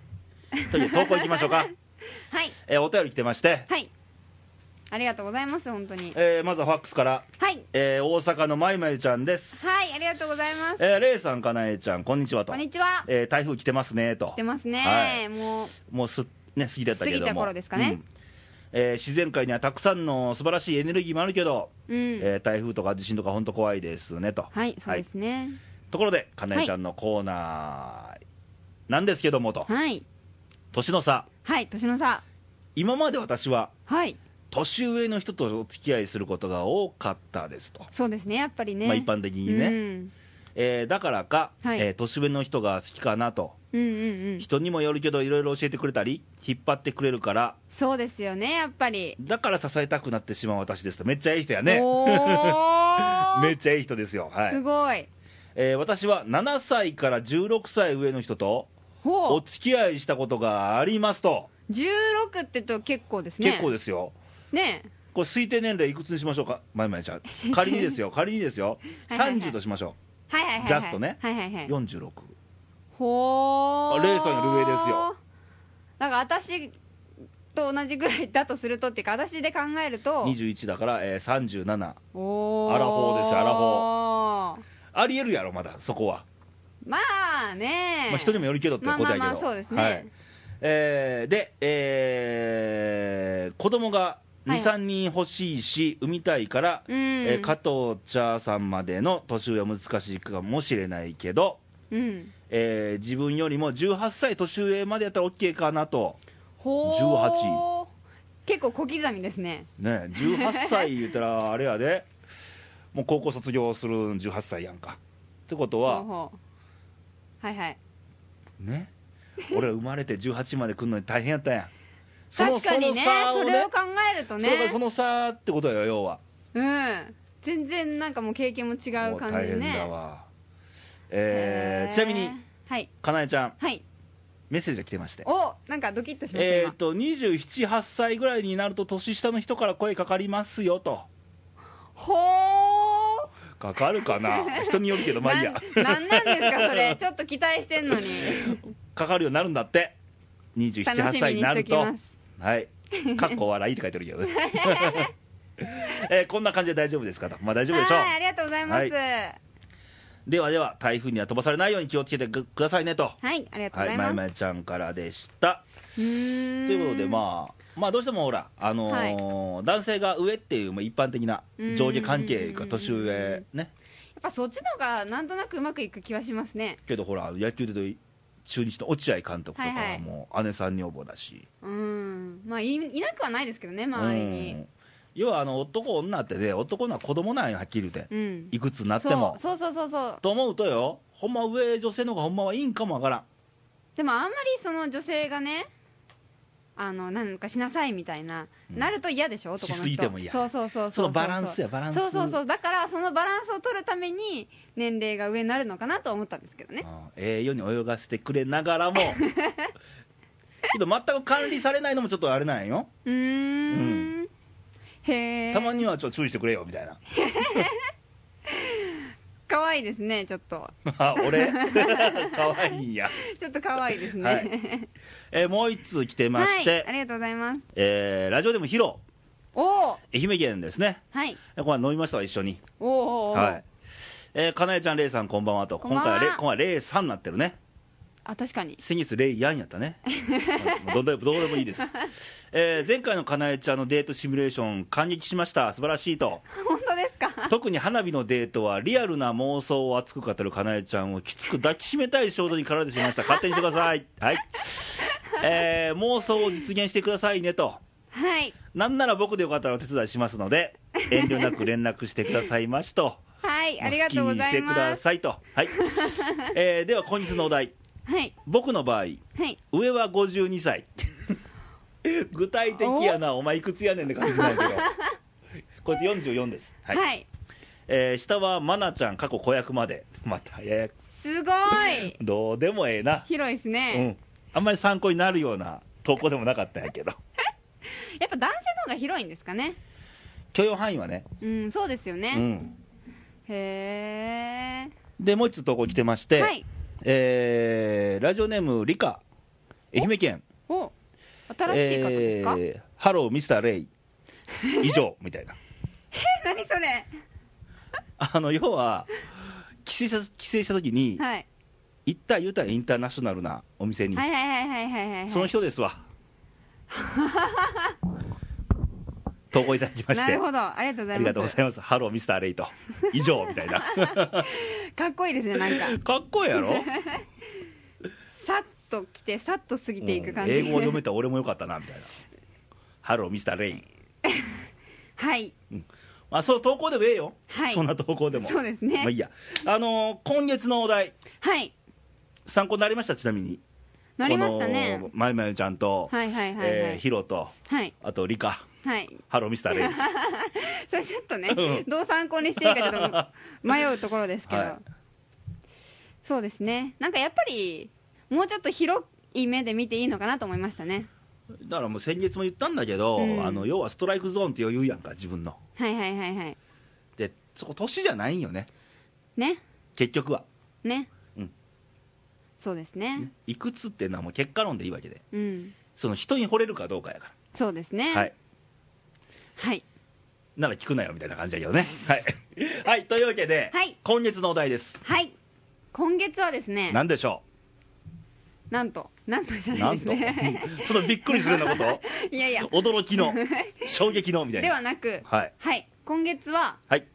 Speaker 1: はい、というわけで投稿いきましょうか、
Speaker 2: はい
Speaker 1: えーお便り来てまして、
Speaker 2: はいありがとうございます本当に
Speaker 1: えーまずはファックスから、
Speaker 2: はい
Speaker 1: えー大阪のまいまゆちゃんです
Speaker 2: はいありがとうございます
Speaker 1: えーレイさんかなえちゃんこんにちはと
Speaker 2: こんにちは
Speaker 1: えー台風来てますねと
Speaker 2: 来てますね、
Speaker 1: はい
Speaker 2: もう
Speaker 1: もうす、ね、過ぎてたけども
Speaker 2: 過ぎた頃ですかね
Speaker 1: うんえー自然界にはたくさんの素晴らしいエネルギーもあるけど、
Speaker 2: うん、
Speaker 1: えー台風とか地震とか本当怖いですねと
Speaker 2: はいそうですね
Speaker 1: ところでかなえちゃんのコーナーなんですけどもと、
Speaker 2: はい
Speaker 1: 年の差
Speaker 2: はい年の差
Speaker 1: 今まで私は
Speaker 2: はい
Speaker 1: 年上の人とお付き合いすることが多かったですと、
Speaker 2: そうですねやっぱりね、
Speaker 1: まあ、一般的にね、
Speaker 2: うん
Speaker 1: えーだからか、
Speaker 2: はい
Speaker 1: えー年上の人が好きかなと
Speaker 2: うんうんうん
Speaker 1: 人にもよるけどいろいろ教えてくれたり引っ張ってくれるから
Speaker 2: そうですよねやっぱり、
Speaker 1: だから支えたくなってしまう私ですとめっちゃいい人やね
Speaker 2: おー
Speaker 1: めっちゃいい人ですよ、は
Speaker 2: す
Speaker 1: い
Speaker 2: ごい
Speaker 1: えー私は7歳から16歳上の人と
Speaker 2: ほ
Speaker 1: お
Speaker 2: う
Speaker 1: 付き合いしたことがありますと、
Speaker 2: 16ってと結構ですね
Speaker 1: 結構
Speaker 2: で
Speaker 1: ですよ
Speaker 2: すねえ
Speaker 1: これ推定年齢いくつにしましょうかまいまいち ゃん仮にですよ仮にですよ
Speaker 2: はいはいはい
Speaker 1: 30としましょ
Speaker 2: はいはいはい、はい、
Speaker 1: ジャストね
Speaker 2: はいはいは
Speaker 1: う
Speaker 2: い
Speaker 1: 46
Speaker 2: ほ
Speaker 1: あ
Speaker 2: う
Speaker 1: レイさんより上ですよ
Speaker 2: なんか私と同じぐらいだとするとっていうか私で考えると
Speaker 1: 21だから、えー37
Speaker 2: お
Speaker 1: アラフォーですよアラフ
Speaker 2: ォー
Speaker 1: ありえるやろまだそこは、
Speaker 2: まあね
Speaker 1: まあ、人にもよるけどってことやけど、
Speaker 2: まあまあまあそうですね
Speaker 1: はいえーで、えー子供が
Speaker 2: はい
Speaker 1: 23人欲しいし産みたいから、
Speaker 2: うん、
Speaker 1: えー加藤茶さんまでの年上は難しいかもしれないけど、
Speaker 2: うん
Speaker 1: えー自分よりも18歳年上までやったら OK かなと、
Speaker 2: ほう
Speaker 1: 18
Speaker 2: 結構小刻みですね
Speaker 1: ね、18歳言ったらあれやで もう高校卒業するん18歳やんかってこと
Speaker 2: ほう
Speaker 1: は
Speaker 2: ほうはいはい
Speaker 1: ね俺生まれて18まで来るのに大変やったやんその
Speaker 2: 確かにね
Speaker 1: その差
Speaker 2: そ
Speaker 1: をね
Speaker 2: れを考えると
Speaker 1: それ
Speaker 2: ね
Speaker 1: がその差ってことよ要は
Speaker 2: うん全然なんかもう経験も違
Speaker 1: もう
Speaker 2: う感じ
Speaker 1: 大
Speaker 2: で
Speaker 1: 変
Speaker 2: ね
Speaker 1: だわ、えー
Speaker 2: へー
Speaker 1: ちなみに
Speaker 2: はい
Speaker 1: かなえちゃん
Speaker 2: はい
Speaker 1: メッセージが来てまして
Speaker 2: おなんかドキッとしました、
Speaker 1: え
Speaker 2: 今
Speaker 1: ー、と278歳ぐらいになると年下の人から声かかりますよと
Speaker 2: ほ
Speaker 1: かかるか な人によるけど
Speaker 2: ー
Speaker 1: まあいいや
Speaker 2: なんなんなんですか それちょっと期待してんのに
Speaker 1: かかるようになるんだって
Speaker 2: 楽
Speaker 1: 278
Speaker 2: しみ
Speaker 1: 歳
Speaker 2: に
Speaker 1: にな
Speaker 2: しと
Speaker 1: る
Speaker 2: き
Speaker 1: と
Speaker 2: ます
Speaker 1: はいかっこ笑いって書いてあるけ どね、えーこんな感じで大丈夫ですかとまあ大丈夫でしょう
Speaker 2: はいありがとうございます
Speaker 1: はい
Speaker 2: はい、
Speaker 1: ではでは台風には飛ばされないように気をつけてくくださいねと
Speaker 2: ありがとう
Speaker 1: は
Speaker 2: ござ
Speaker 1: い
Speaker 2: い
Speaker 1: ま
Speaker 2: ま
Speaker 1: ゆ
Speaker 2: す、
Speaker 1: まゆちゃんからでした
Speaker 2: うーん
Speaker 1: ということでまあまあどうしてもほらあのー男性が上っていうまあ一般的な上下関係が年上ね
Speaker 2: やっぱそっちの方がなんとなくうまくいく気はしますね
Speaker 1: けどほら野球で言うと中日の落合監督とか
Speaker 2: はいは
Speaker 1: はいもう姉さん女房だし、
Speaker 2: うんまあいいなくはないですけどね周り
Speaker 1: う
Speaker 2: に
Speaker 1: ん要はあの男女ってね男のは子供なんよはっきり言うて、
Speaker 2: うん、
Speaker 1: いくつになって
Speaker 2: そ
Speaker 1: も
Speaker 2: うそうそうそうそう
Speaker 1: と思うとよほんま上女性の方がほんまはいいんかもわからん
Speaker 2: でもあんまりその女性がねあのなんかしなさいみたいな、
Speaker 1: うん
Speaker 2: なると嫌でしょ男の人
Speaker 1: しすぎても嫌
Speaker 2: そうそうそうう
Speaker 1: そのバランスやバランス
Speaker 2: そうそうそうだからそのバランスを取るために年齢が上になるのかなと思ったんですけどね
Speaker 1: うんええように泳がせてくれなが らもけど全く管理されないのもちょっとあれなんよ
Speaker 2: うーんへえ
Speaker 1: たまにはちょっと注意してくれよみたいな
Speaker 2: かわいいですねちょっと
Speaker 1: あ俺 かわいいんや、
Speaker 2: ちょっとかわいいですね、
Speaker 1: はいえーもう一通来てまして、
Speaker 2: はいありがとうございます
Speaker 1: えーラジオでも披露
Speaker 2: おお
Speaker 1: 愛媛県ですね
Speaker 2: はい
Speaker 1: えこれは飲みましたわ一緒に
Speaker 2: おーおーおー
Speaker 1: はいえーかなえちゃんれいさんこんばんはと
Speaker 2: こんばんは
Speaker 1: 今回はれ今回はれいさんになってるね
Speaker 2: あ確かに
Speaker 1: 先月レイヤンやったねまあどうでもどうでもいいです、えー前回のかなえちゃんのデートシミュレーション感激しました素晴らしいと
Speaker 2: 本当ですか
Speaker 1: 特に花火のデートはリアルな妄想を熱く語るかなえちゃんをきつく抱きしめたい衝動に駆られてしまいました勝手にしてくださ いはい、えー妄想を実現してくださいねと
Speaker 2: はい
Speaker 1: なんなら僕でよかったらお手伝いしますので遠慮なく連絡してくださいましと
Speaker 2: はい ありがとうご
Speaker 1: 好きにし
Speaker 2: ざい
Speaker 1: てくだ
Speaker 2: ます
Speaker 1: さいと、はい えーでは本日のお題
Speaker 2: はい
Speaker 1: 僕の場合
Speaker 2: はい
Speaker 1: 上は52歳 具体的やなお前いくつやねんって感じないけ どこいつ44ですは、
Speaker 2: はいい、
Speaker 1: えー下はまなちゃん過去子役までまたやや
Speaker 2: すごい
Speaker 1: どうでもええな
Speaker 2: 広いです
Speaker 1: う
Speaker 2: ね、
Speaker 1: んあんまり参考になるような投稿でもなかったんやけ ど
Speaker 2: やっぱ男性の方が広いんですかね
Speaker 1: 許容範囲はね
Speaker 2: うんそうですよね、
Speaker 1: うん
Speaker 2: へえ
Speaker 1: でもう一つ投稿来てまして、
Speaker 2: はい
Speaker 1: えーラジオネームリカ愛媛県
Speaker 2: お新しい方ですか、
Speaker 1: えーハローミスターレイ以 上みたいな
Speaker 2: 何それ
Speaker 1: あの要は帰省した帰省した時に、
Speaker 2: はい、
Speaker 1: 行った言うたらインターナショナルなお店に、
Speaker 2: はいはいはいはいはいはいはい
Speaker 1: その人です わ投稿いただきまし
Speaker 2: な
Speaker 1: て
Speaker 2: るほどありがとうござ
Speaker 1: あ
Speaker 2: い
Speaker 1: りが
Speaker 2: ます
Speaker 1: とうございますハローミスターレイと以上みた いな
Speaker 2: かっこいいですねなんか
Speaker 1: かっこいいやろ
Speaker 2: さっと来てさっと過ぎていく感じ、
Speaker 1: うん英語を読めたら俺もよかったなみたいなハローミスターレイ
Speaker 2: はい
Speaker 1: あそう投稿でもええよ、
Speaker 2: はい
Speaker 1: そんな投稿でも
Speaker 2: そうですね
Speaker 1: まあいいやあのー今月のお題
Speaker 2: はい
Speaker 1: 参考になりましたちなみに
Speaker 2: なりましたね
Speaker 1: このまゆまゆちゃんと、
Speaker 2: はいはいはいはい、
Speaker 1: えーヒロと
Speaker 2: はい
Speaker 1: あとリカ
Speaker 2: はい
Speaker 1: ハローミスターレイ
Speaker 2: それちょっとね
Speaker 1: うん
Speaker 2: どう参考にしていいかちょっと 迷うところですけど、
Speaker 1: はい
Speaker 2: そうですねなんかやっぱりもうちょっと広い目で見ていいのかなと思いましたね
Speaker 1: だからもう先月も言ったんだけど、
Speaker 2: うん
Speaker 1: あの要はストライクゾーンって余裕やんか自分の
Speaker 2: はいはいはいはい
Speaker 1: でそこ年じゃないんよね
Speaker 2: ね
Speaker 1: 結局は
Speaker 2: ね、
Speaker 1: うん
Speaker 2: そうですね
Speaker 1: ねいくつっていうのはもう結果論でいいわけで
Speaker 2: うん
Speaker 1: その人に惚れるかどうかやか
Speaker 2: そうですね
Speaker 1: らはい
Speaker 2: はい
Speaker 1: なら聞くなよみたいな感じだけどねはい、 はい、というわけで、
Speaker 2: はい
Speaker 1: 今月のお題です
Speaker 2: はい今月はですね
Speaker 1: 何でしょ
Speaker 2: なんとなんとじゃ
Speaker 1: う
Speaker 2: な
Speaker 1: ないん
Speaker 2: です
Speaker 1: と、
Speaker 2: ね
Speaker 1: そのびっくりするようなこ
Speaker 2: いやいや
Speaker 1: と驚き の衝撃のみたいな
Speaker 2: ではなく
Speaker 1: はい
Speaker 2: はい今月は
Speaker 1: はい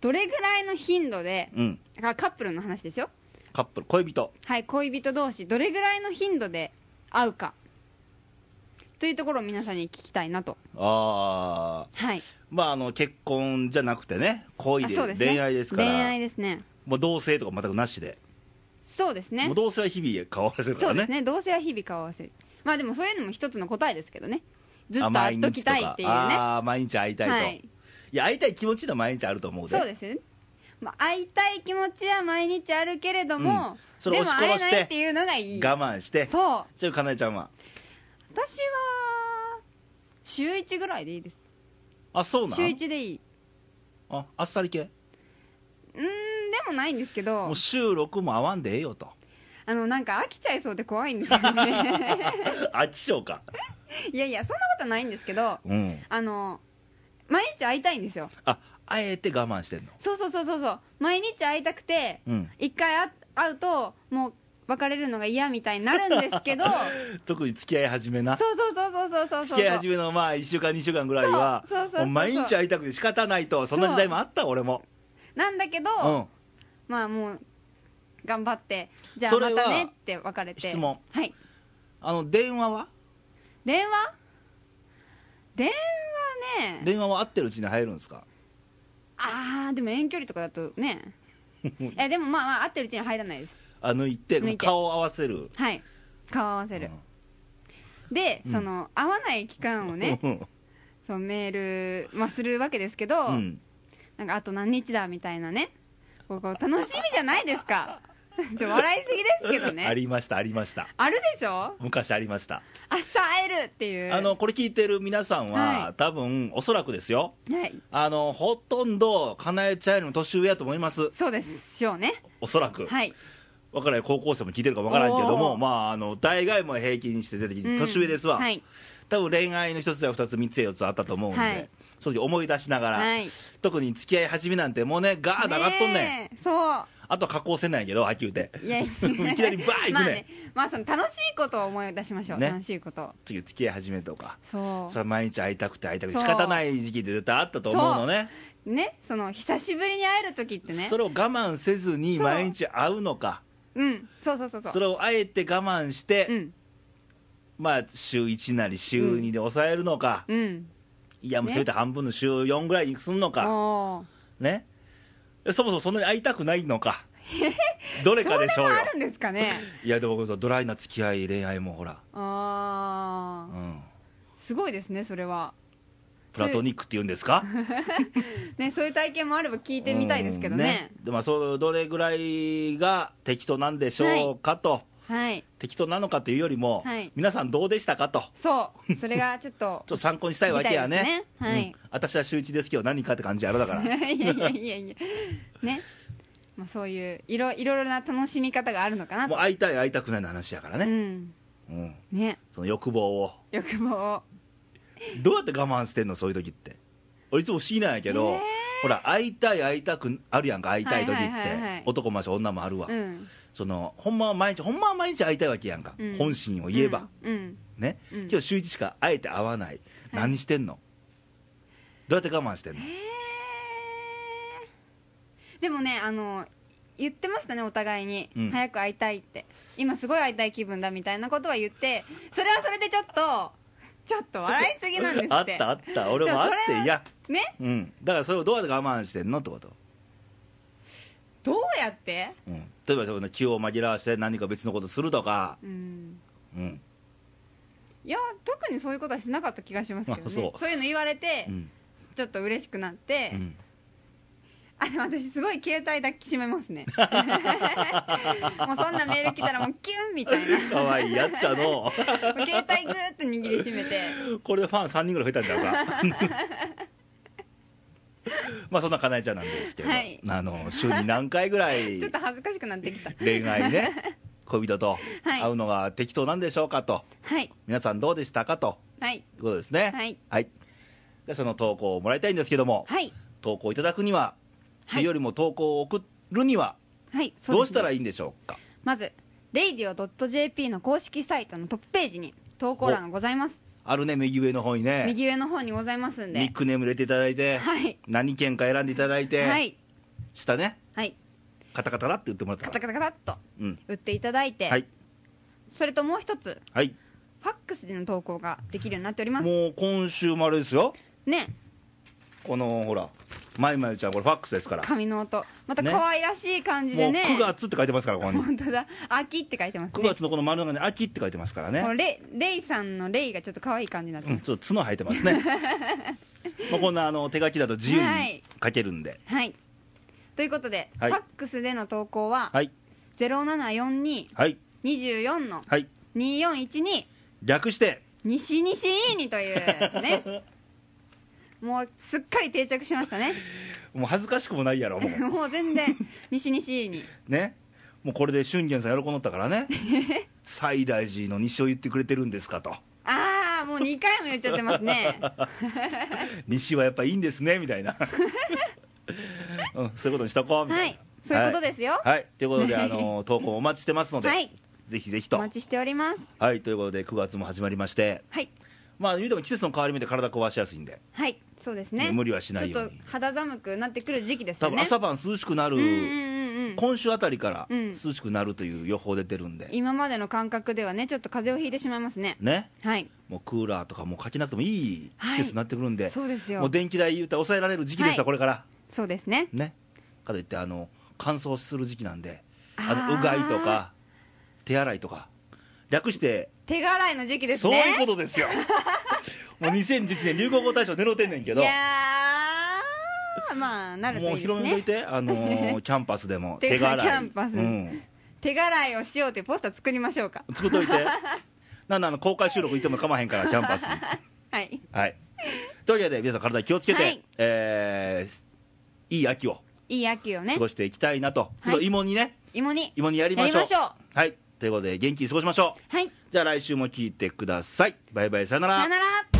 Speaker 2: どれぐらいの頻度で
Speaker 1: うん
Speaker 2: だからカップルの話ですよ
Speaker 1: カップル恋人
Speaker 2: はい恋人同士どれぐらいの頻度で会うかというところを皆さんに聞きたいなと
Speaker 1: ああ
Speaker 2: はい
Speaker 1: まああの結婚じゃなくてね恋
Speaker 2: あ
Speaker 1: で
Speaker 2: そうですね
Speaker 1: 恋愛ですから
Speaker 2: 恋愛ですね
Speaker 1: もう同性とか全くなしで、
Speaker 2: そうですね
Speaker 1: もう同性は日々顔合わせるか
Speaker 2: そ
Speaker 1: ら
Speaker 2: うです
Speaker 1: ね
Speaker 2: ね同性は日々顔合わせるまあでもそういうのも一つの答えですけどねずっと
Speaker 1: あ毎
Speaker 2: 会っと
Speaker 1: 日と
Speaker 2: きた
Speaker 1: か
Speaker 2: いっていうね
Speaker 1: ああ毎日会いたいと、、
Speaker 2: はいい
Speaker 1: や会いたい気持ちの毎日あると思うで
Speaker 2: そうですね、まあ、会いたい気持ちは毎日あるけれども、
Speaker 1: うんそれ
Speaker 2: で
Speaker 1: を
Speaker 2: も
Speaker 1: 押し
Speaker 2: 会え
Speaker 1: 殺して
Speaker 2: ないっていうのがいい
Speaker 1: 我慢して
Speaker 2: そう
Speaker 1: ちょかなえちゃんは
Speaker 2: 私は週1ぐらいでいいです
Speaker 1: あそうな
Speaker 2: 週
Speaker 1: ん
Speaker 2: 1でいい
Speaker 1: ああっさり系
Speaker 2: うーんでもないんですけど
Speaker 1: もう収録も合わんでええよ と
Speaker 2: あのなんか飽きちゃいそうで怖いんですよ ね
Speaker 1: 飽き性か
Speaker 2: いやいやそんなことないんですけど
Speaker 1: うん
Speaker 2: あの毎日会いたいんですよ
Speaker 1: ああえて我慢してんの
Speaker 2: そうそうそうそうそう毎日会いたくて
Speaker 1: うん
Speaker 2: 一回あ会うともう別れるのが嫌みたいになるんです けど
Speaker 1: 特に付き合い始めな
Speaker 2: そうそうそうそうそうそうそう
Speaker 1: 付き合い始めのまあ1週間2週間ぐらいは
Speaker 2: そうそうそうそう
Speaker 1: も毎日会いたくて仕方ないとそんな時代もあった俺も
Speaker 2: なんだけど、
Speaker 1: うん
Speaker 2: まあもう頑張ってじゃあ
Speaker 1: そ
Speaker 2: ま
Speaker 1: れは
Speaker 2: たねって別れて
Speaker 1: 質問
Speaker 2: はい
Speaker 1: あの電話は
Speaker 2: 電話電話ね
Speaker 1: 電話は会ってるうちに入るんですか
Speaker 2: あーでも遠距離とかだと ねえでもまあまあ会ってるうちには入らないです
Speaker 1: あ抜いて
Speaker 2: 抜いて
Speaker 1: 顔を合わせる
Speaker 2: はい顔合わせる、でその会わない期間をね
Speaker 1: うん
Speaker 2: そうメール、まあ、するわけですけど、
Speaker 1: うん
Speaker 2: なんかあと何日だみたいなねこうこう楽しみじゃないですか ちょ笑いすぎですけど
Speaker 1: あ
Speaker 2: ね
Speaker 1: りましたありました
Speaker 2: あるでしょ
Speaker 1: 昔ありました
Speaker 2: 明日会えるっていう
Speaker 1: あのこれ聞いてる皆さんは、
Speaker 2: はい
Speaker 1: 多分おそらくですよ
Speaker 2: はい
Speaker 1: あのほとんどかなえちゃんよりも年上やと思います
Speaker 2: そうでしょうね
Speaker 1: おそらく、
Speaker 2: はい
Speaker 1: わからない高校生も聞いてるかわからんけど
Speaker 2: お
Speaker 1: も
Speaker 2: ー
Speaker 1: まああの大概も平均して絶
Speaker 2: うん
Speaker 1: 対年上ですわ、
Speaker 2: はい
Speaker 1: 多分恋愛の一つや二つ三つや四つあったと思うんで、
Speaker 2: はい
Speaker 1: その時思い出しながら、
Speaker 2: はい
Speaker 1: 特に付き合い始めなんてもうねガーッと上がっとんねん
Speaker 2: えそ
Speaker 1: あとは加工せんなんやけどはっきり言うて
Speaker 2: ういや い
Speaker 1: きなりバー行くね
Speaker 2: まあねまあその楽しいことを思い出しましょう、
Speaker 1: ね
Speaker 2: 楽しいことを
Speaker 1: 次付き合い始めとか
Speaker 2: そ
Speaker 1: それは毎日会いたくて会いたくて
Speaker 2: そう
Speaker 1: 仕方ない時期で絶対あったと思うのね
Speaker 2: うねその久しぶりに会える時って
Speaker 1: そ
Speaker 2: ね
Speaker 1: れを我慢せずに
Speaker 2: そう
Speaker 1: 毎日会うのか
Speaker 2: うんそうそうそうそう
Speaker 1: それをあえて我慢して、
Speaker 2: うん
Speaker 1: まあ週1なり週2で抑えるのか、
Speaker 2: うん
Speaker 1: いやもう
Speaker 2: ね
Speaker 1: せめて半分の週4ぐらいにすんの
Speaker 2: お
Speaker 1: か
Speaker 2: ー
Speaker 1: ねそもそもそんなに会いたくないのかどれかでしょうよ
Speaker 2: あるんですかね
Speaker 1: いやでもドライな付き合い恋愛もほら、
Speaker 2: あ
Speaker 1: う
Speaker 2: あ
Speaker 1: ん、
Speaker 2: すごいですねそれは
Speaker 1: プラトニックって言うんですか
Speaker 2: ねそういう体験もあれば聞いてみたいですけどね
Speaker 1: うんでまあそのどれぐらいが適当なんでしょうかと、
Speaker 2: はい
Speaker 1: 適当なのかというよりも、
Speaker 2: はい
Speaker 1: 皆さんどうでしたかとちょ
Speaker 2: そうそれがちょっと
Speaker 1: っと参考にしたいわけやね
Speaker 2: 聞きたいですねはい
Speaker 1: うん私は周知ですけど何かって感じやろだから
Speaker 2: いやいやいやいやねまあそういういろいろな楽しみ方があるのかな
Speaker 1: もう
Speaker 2: と
Speaker 1: 会いたい会いたくないの話やから
Speaker 2: う
Speaker 1: ね、
Speaker 2: ん
Speaker 1: うん
Speaker 2: ね
Speaker 1: その欲望を
Speaker 2: 欲望を
Speaker 1: どうやって我慢してんのそういう時って俺いつも不思議なんやけど、
Speaker 2: えー
Speaker 1: ほら会いたい会いたくあるやんか会いたい時って、
Speaker 2: はいはいはいはい
Speaker 1: 男もあるし女もあるわ、
Speaker 2: うん
Speaker 1: そのほんまは毎日ほんまは毎日会いたいわけやんか、
Speaker 2: うん
Speaker 1: 本心を言えば、
Speaker 2: うん
Speaker 1: ね、
Speaker 2: う
Speaker 1: 今
Speaker 2: ん
Speaker 1: 日週一しか会えて会わない、
Speaker 2: はい
Speaker 1: 何してんのどうやって我慢してんの、
Speaker 2: へえでもねあの言ってましたねお互いに、
Speaker 1: うん
Speaker 2: 早く会いたいって今すごい会いたい気分だみたいなことは言ってそれはそれでちょっとちょっと笑いすぎなんですって
Speaker 1: あったあった俺もあっ
Speaker 2: でもそれ
Speaker 1: て
Speaker 2: はい
Speaker 1: や
Speaker 2: ね
Speaker 1: うんだからそれをどうやって我慢してんのってこと、
Speaker 2: どうやって
Speaker 1: うん、例えばその気を紛らわして何か別のことするとか
Speaker 2: うん
Speaker 1: うん、
Speaker 2: いや特にそういうことはしなかった気がしますけどね
Speaker 1: あそう
Speaker 2: いうの言われて、
Speaker 1: うん
Speaker 2: ちょっと嬉しくなって、
Speaker 1: うん、
Speaker 2: あでも私すごい携帯抱きしめます ねもうそんなメール来たらもうキュンみたいな
Speaker 1: かわいいやっちゃ の
Speaker 2: もう携帯ぐーっと握りしめて
Speaker 1: これでファン3人ぐらい増えたんだゃうか まあそんなかなえちゃんなんですけど、
Speaker 2: はい
Speaker 1: あの週に何回ぐらい
Speaker 2: ちょっと恥ずかしくなってきた
Speaker 1: 恋愛 ね恋人と
Speaker 2: はい
Speaker 1: 会うのが適当なんでしょうかと、
Speaker 2: はい
Speaker 1: 皆さんどうでしたかと
Speaker 2: はい
Speaker 1: いうことですね
Speaker 2: はい、
Speaker 1: でその投稿をもらいたいんですけども、
Speaker 2: はい
Speaker 1: 投稿いただくには、
Speaker 2: はい
Speaker 1: というよりも投稿を送るには
Speaker 2: はいそ
Speaker 1: どうしたら
Speaker 2: いい
Speaker 1: いいんでしょうか
Speaker 2: まず radio.jp の公式サイトのトップページに投稿欄がございます
Speaker 1: あるね右上の方にね
Speaker 2: 右上の方にございますん
Speaker 1: ニッ
Speaker 2: で
Speaker 1: クネーム入れていただいて、
Speaker 2: はい
Speaker 1: 何件か選んでいただいて、
Speaker 2: はい
Speaker 1: 下ね
Speaker 2: はい
Speaker 1: カタカタラって言ってもらったら
Speaker 2: カタカタカタっと
Speaker 1: うん
Speaker 2: 打っていただいて、
Speaker 1: はい
Speaker 2: それともう一つ
Speaker 1: はい
Speaker 2: ファックスでの投稿ができるようになっております
Speaker 1: もう今週もあれですよ
Speaker 2: ね
Speaker 1: このほらまいまゆちゃんこれファックスですから
Speaker 2: 髪の音また
Speaker 1: ね
Speaker 2: 可愛らしい感じ
Speaker 1: も
Speaker 2: で
Speaker 1: う
Speaker 2: ね
Speaker 1: 9月って書いてますからここに
Speaker 2: 本当だ秋って書いてます
Speaker 1: 9
Speaker 2: ね
Speaker 1: 月のこの真ん中に秋って書いてますからね
Speaker 2: このレイレイさんのレイがちょっと可愛い感じになって
Speaker 1: うん、
Speaker 2: ます、
Speaker 1: ちょっと角生えてます ねまあこんなあの手書きだと自由
Speaker 2: はい
Speaker 1: に書けるんで
Speaker 2: はいということで、
Speaker 1: はい
Speaker 2: ファックスでの投稿は、
Speaker 1: はい
Speaker 2: 0742
Speaker 1: はい
Speaker 2: 24の
Speaker 1: はい
Speaker 2: 2412
Speaker 1: 略して
Speaker 2: 西西いいにという ねもうすっかり定着しましたね
Speaker 1: もう恥ずかしくもないやろもう
Speaker 2: もう全然西西いいに
Speaker 1: ねもうこれで俊玄さん喜んだったから ね西大寺の西を言ってくれてるんですかと
Speaker 2: ああもう2回も言っちゃってますね
Speaker 1: 西はやっぱいいんですねみたい な、うん、そういうことにしとこうみたいな、
Speaker 2: はいそういうことですよ
Speaker 1: はい、はいということであ の投稿お待ちしてますので、
Speaker 2: はい
Speaker 1: ぜひぜひ
Speaker 2: お
Speaker 1: と
Speaker 2: 待ちしております
Speaker 1: はいということで9月も始まりまして
Speaker 2: はい
Speaker 1: まあ言うても季節の変わり目で体壊しやすいんで
Speaker 2: はいそうですね
Speaker 1: ね無理はしないように
Speaker 2: ちょっと肌寒くなってくる時期です
Speaker 1: 多
Speaker 2: よ
Speaker 1: 分
Speaker 2: ね
Speaker 1: 朝晩涼しくなる、
Speaker 2: うんうんうんうん
Speaker 1: 今週あたりから
Speaker 2: うん
Speaker 1: 涼しくなるという予報出てるんで、
Speaker 2: 今までの感覚ではねちょっと風邪をひいてしまいますね
Speaker 1: ね
Speaker 2: はい
Speaker 1: もうクーラーとかもうかけなくてもいい
Speaker 2: はい
Speaker 1: 季節になってくるんで、
Speaker 2: そうですよ
Speaker 1: もう電気代言うたら抑えられる時期ですよ、
Speaker 2: はい
Speaker 1: これから
Speaker 2: そうですね
Speaker 1: ねかといってあの乾燥する時期なんであ
Speaker 2: あー
Speaker 1: のうがいとか手洗いとか略して
Speaker 2: 手洗いの時期です
Speaker 1: そう
Speaker 2: ね
Speaker 1: いうこと ですよもう2011年流行語大賞狙ってんねんけど
Speaker 2: いやーまあなると
Speaker 1: も
Speaker 2: いういです
Speaker 1: 広めとい
Speaker 2: ね
Speaker 1: て、あの ーキャンパスでも
Speaker 2: 手
Speaker 1: 手
Speaker 2: 洗
Speaker 1: 洗い
Speaker 2: いキャンパス
Speaker 1: うん、
Speaker 2: 手洗いをしようというポスター作りましょうか
Speaker 1: 作っとい てなんであの公開収録行っても構まへんからキャンパスに
Speaker 2: はい
Speaker 1: はい。というわけで、皆さん体気をつけて、
Speaker 2: はい
Speaker 1: えーいい秋を
Speaker 2: いい秋をね
Speaker 1: 過ごしていきたいなと。
Speaker 2: はい
Speaker 1: 芋にね、
Speaker 2: 芋に
Speaker 1: 芋にやりましょう。
Speaker 2: やりましょう
Speaker 1: はい。ということで、元気に過ごしましょう。
Speaker 2: はい
Speaker 1: じゃあ来週も聞いてください。バイバイ、さよなら。
Speaker 2: さよなら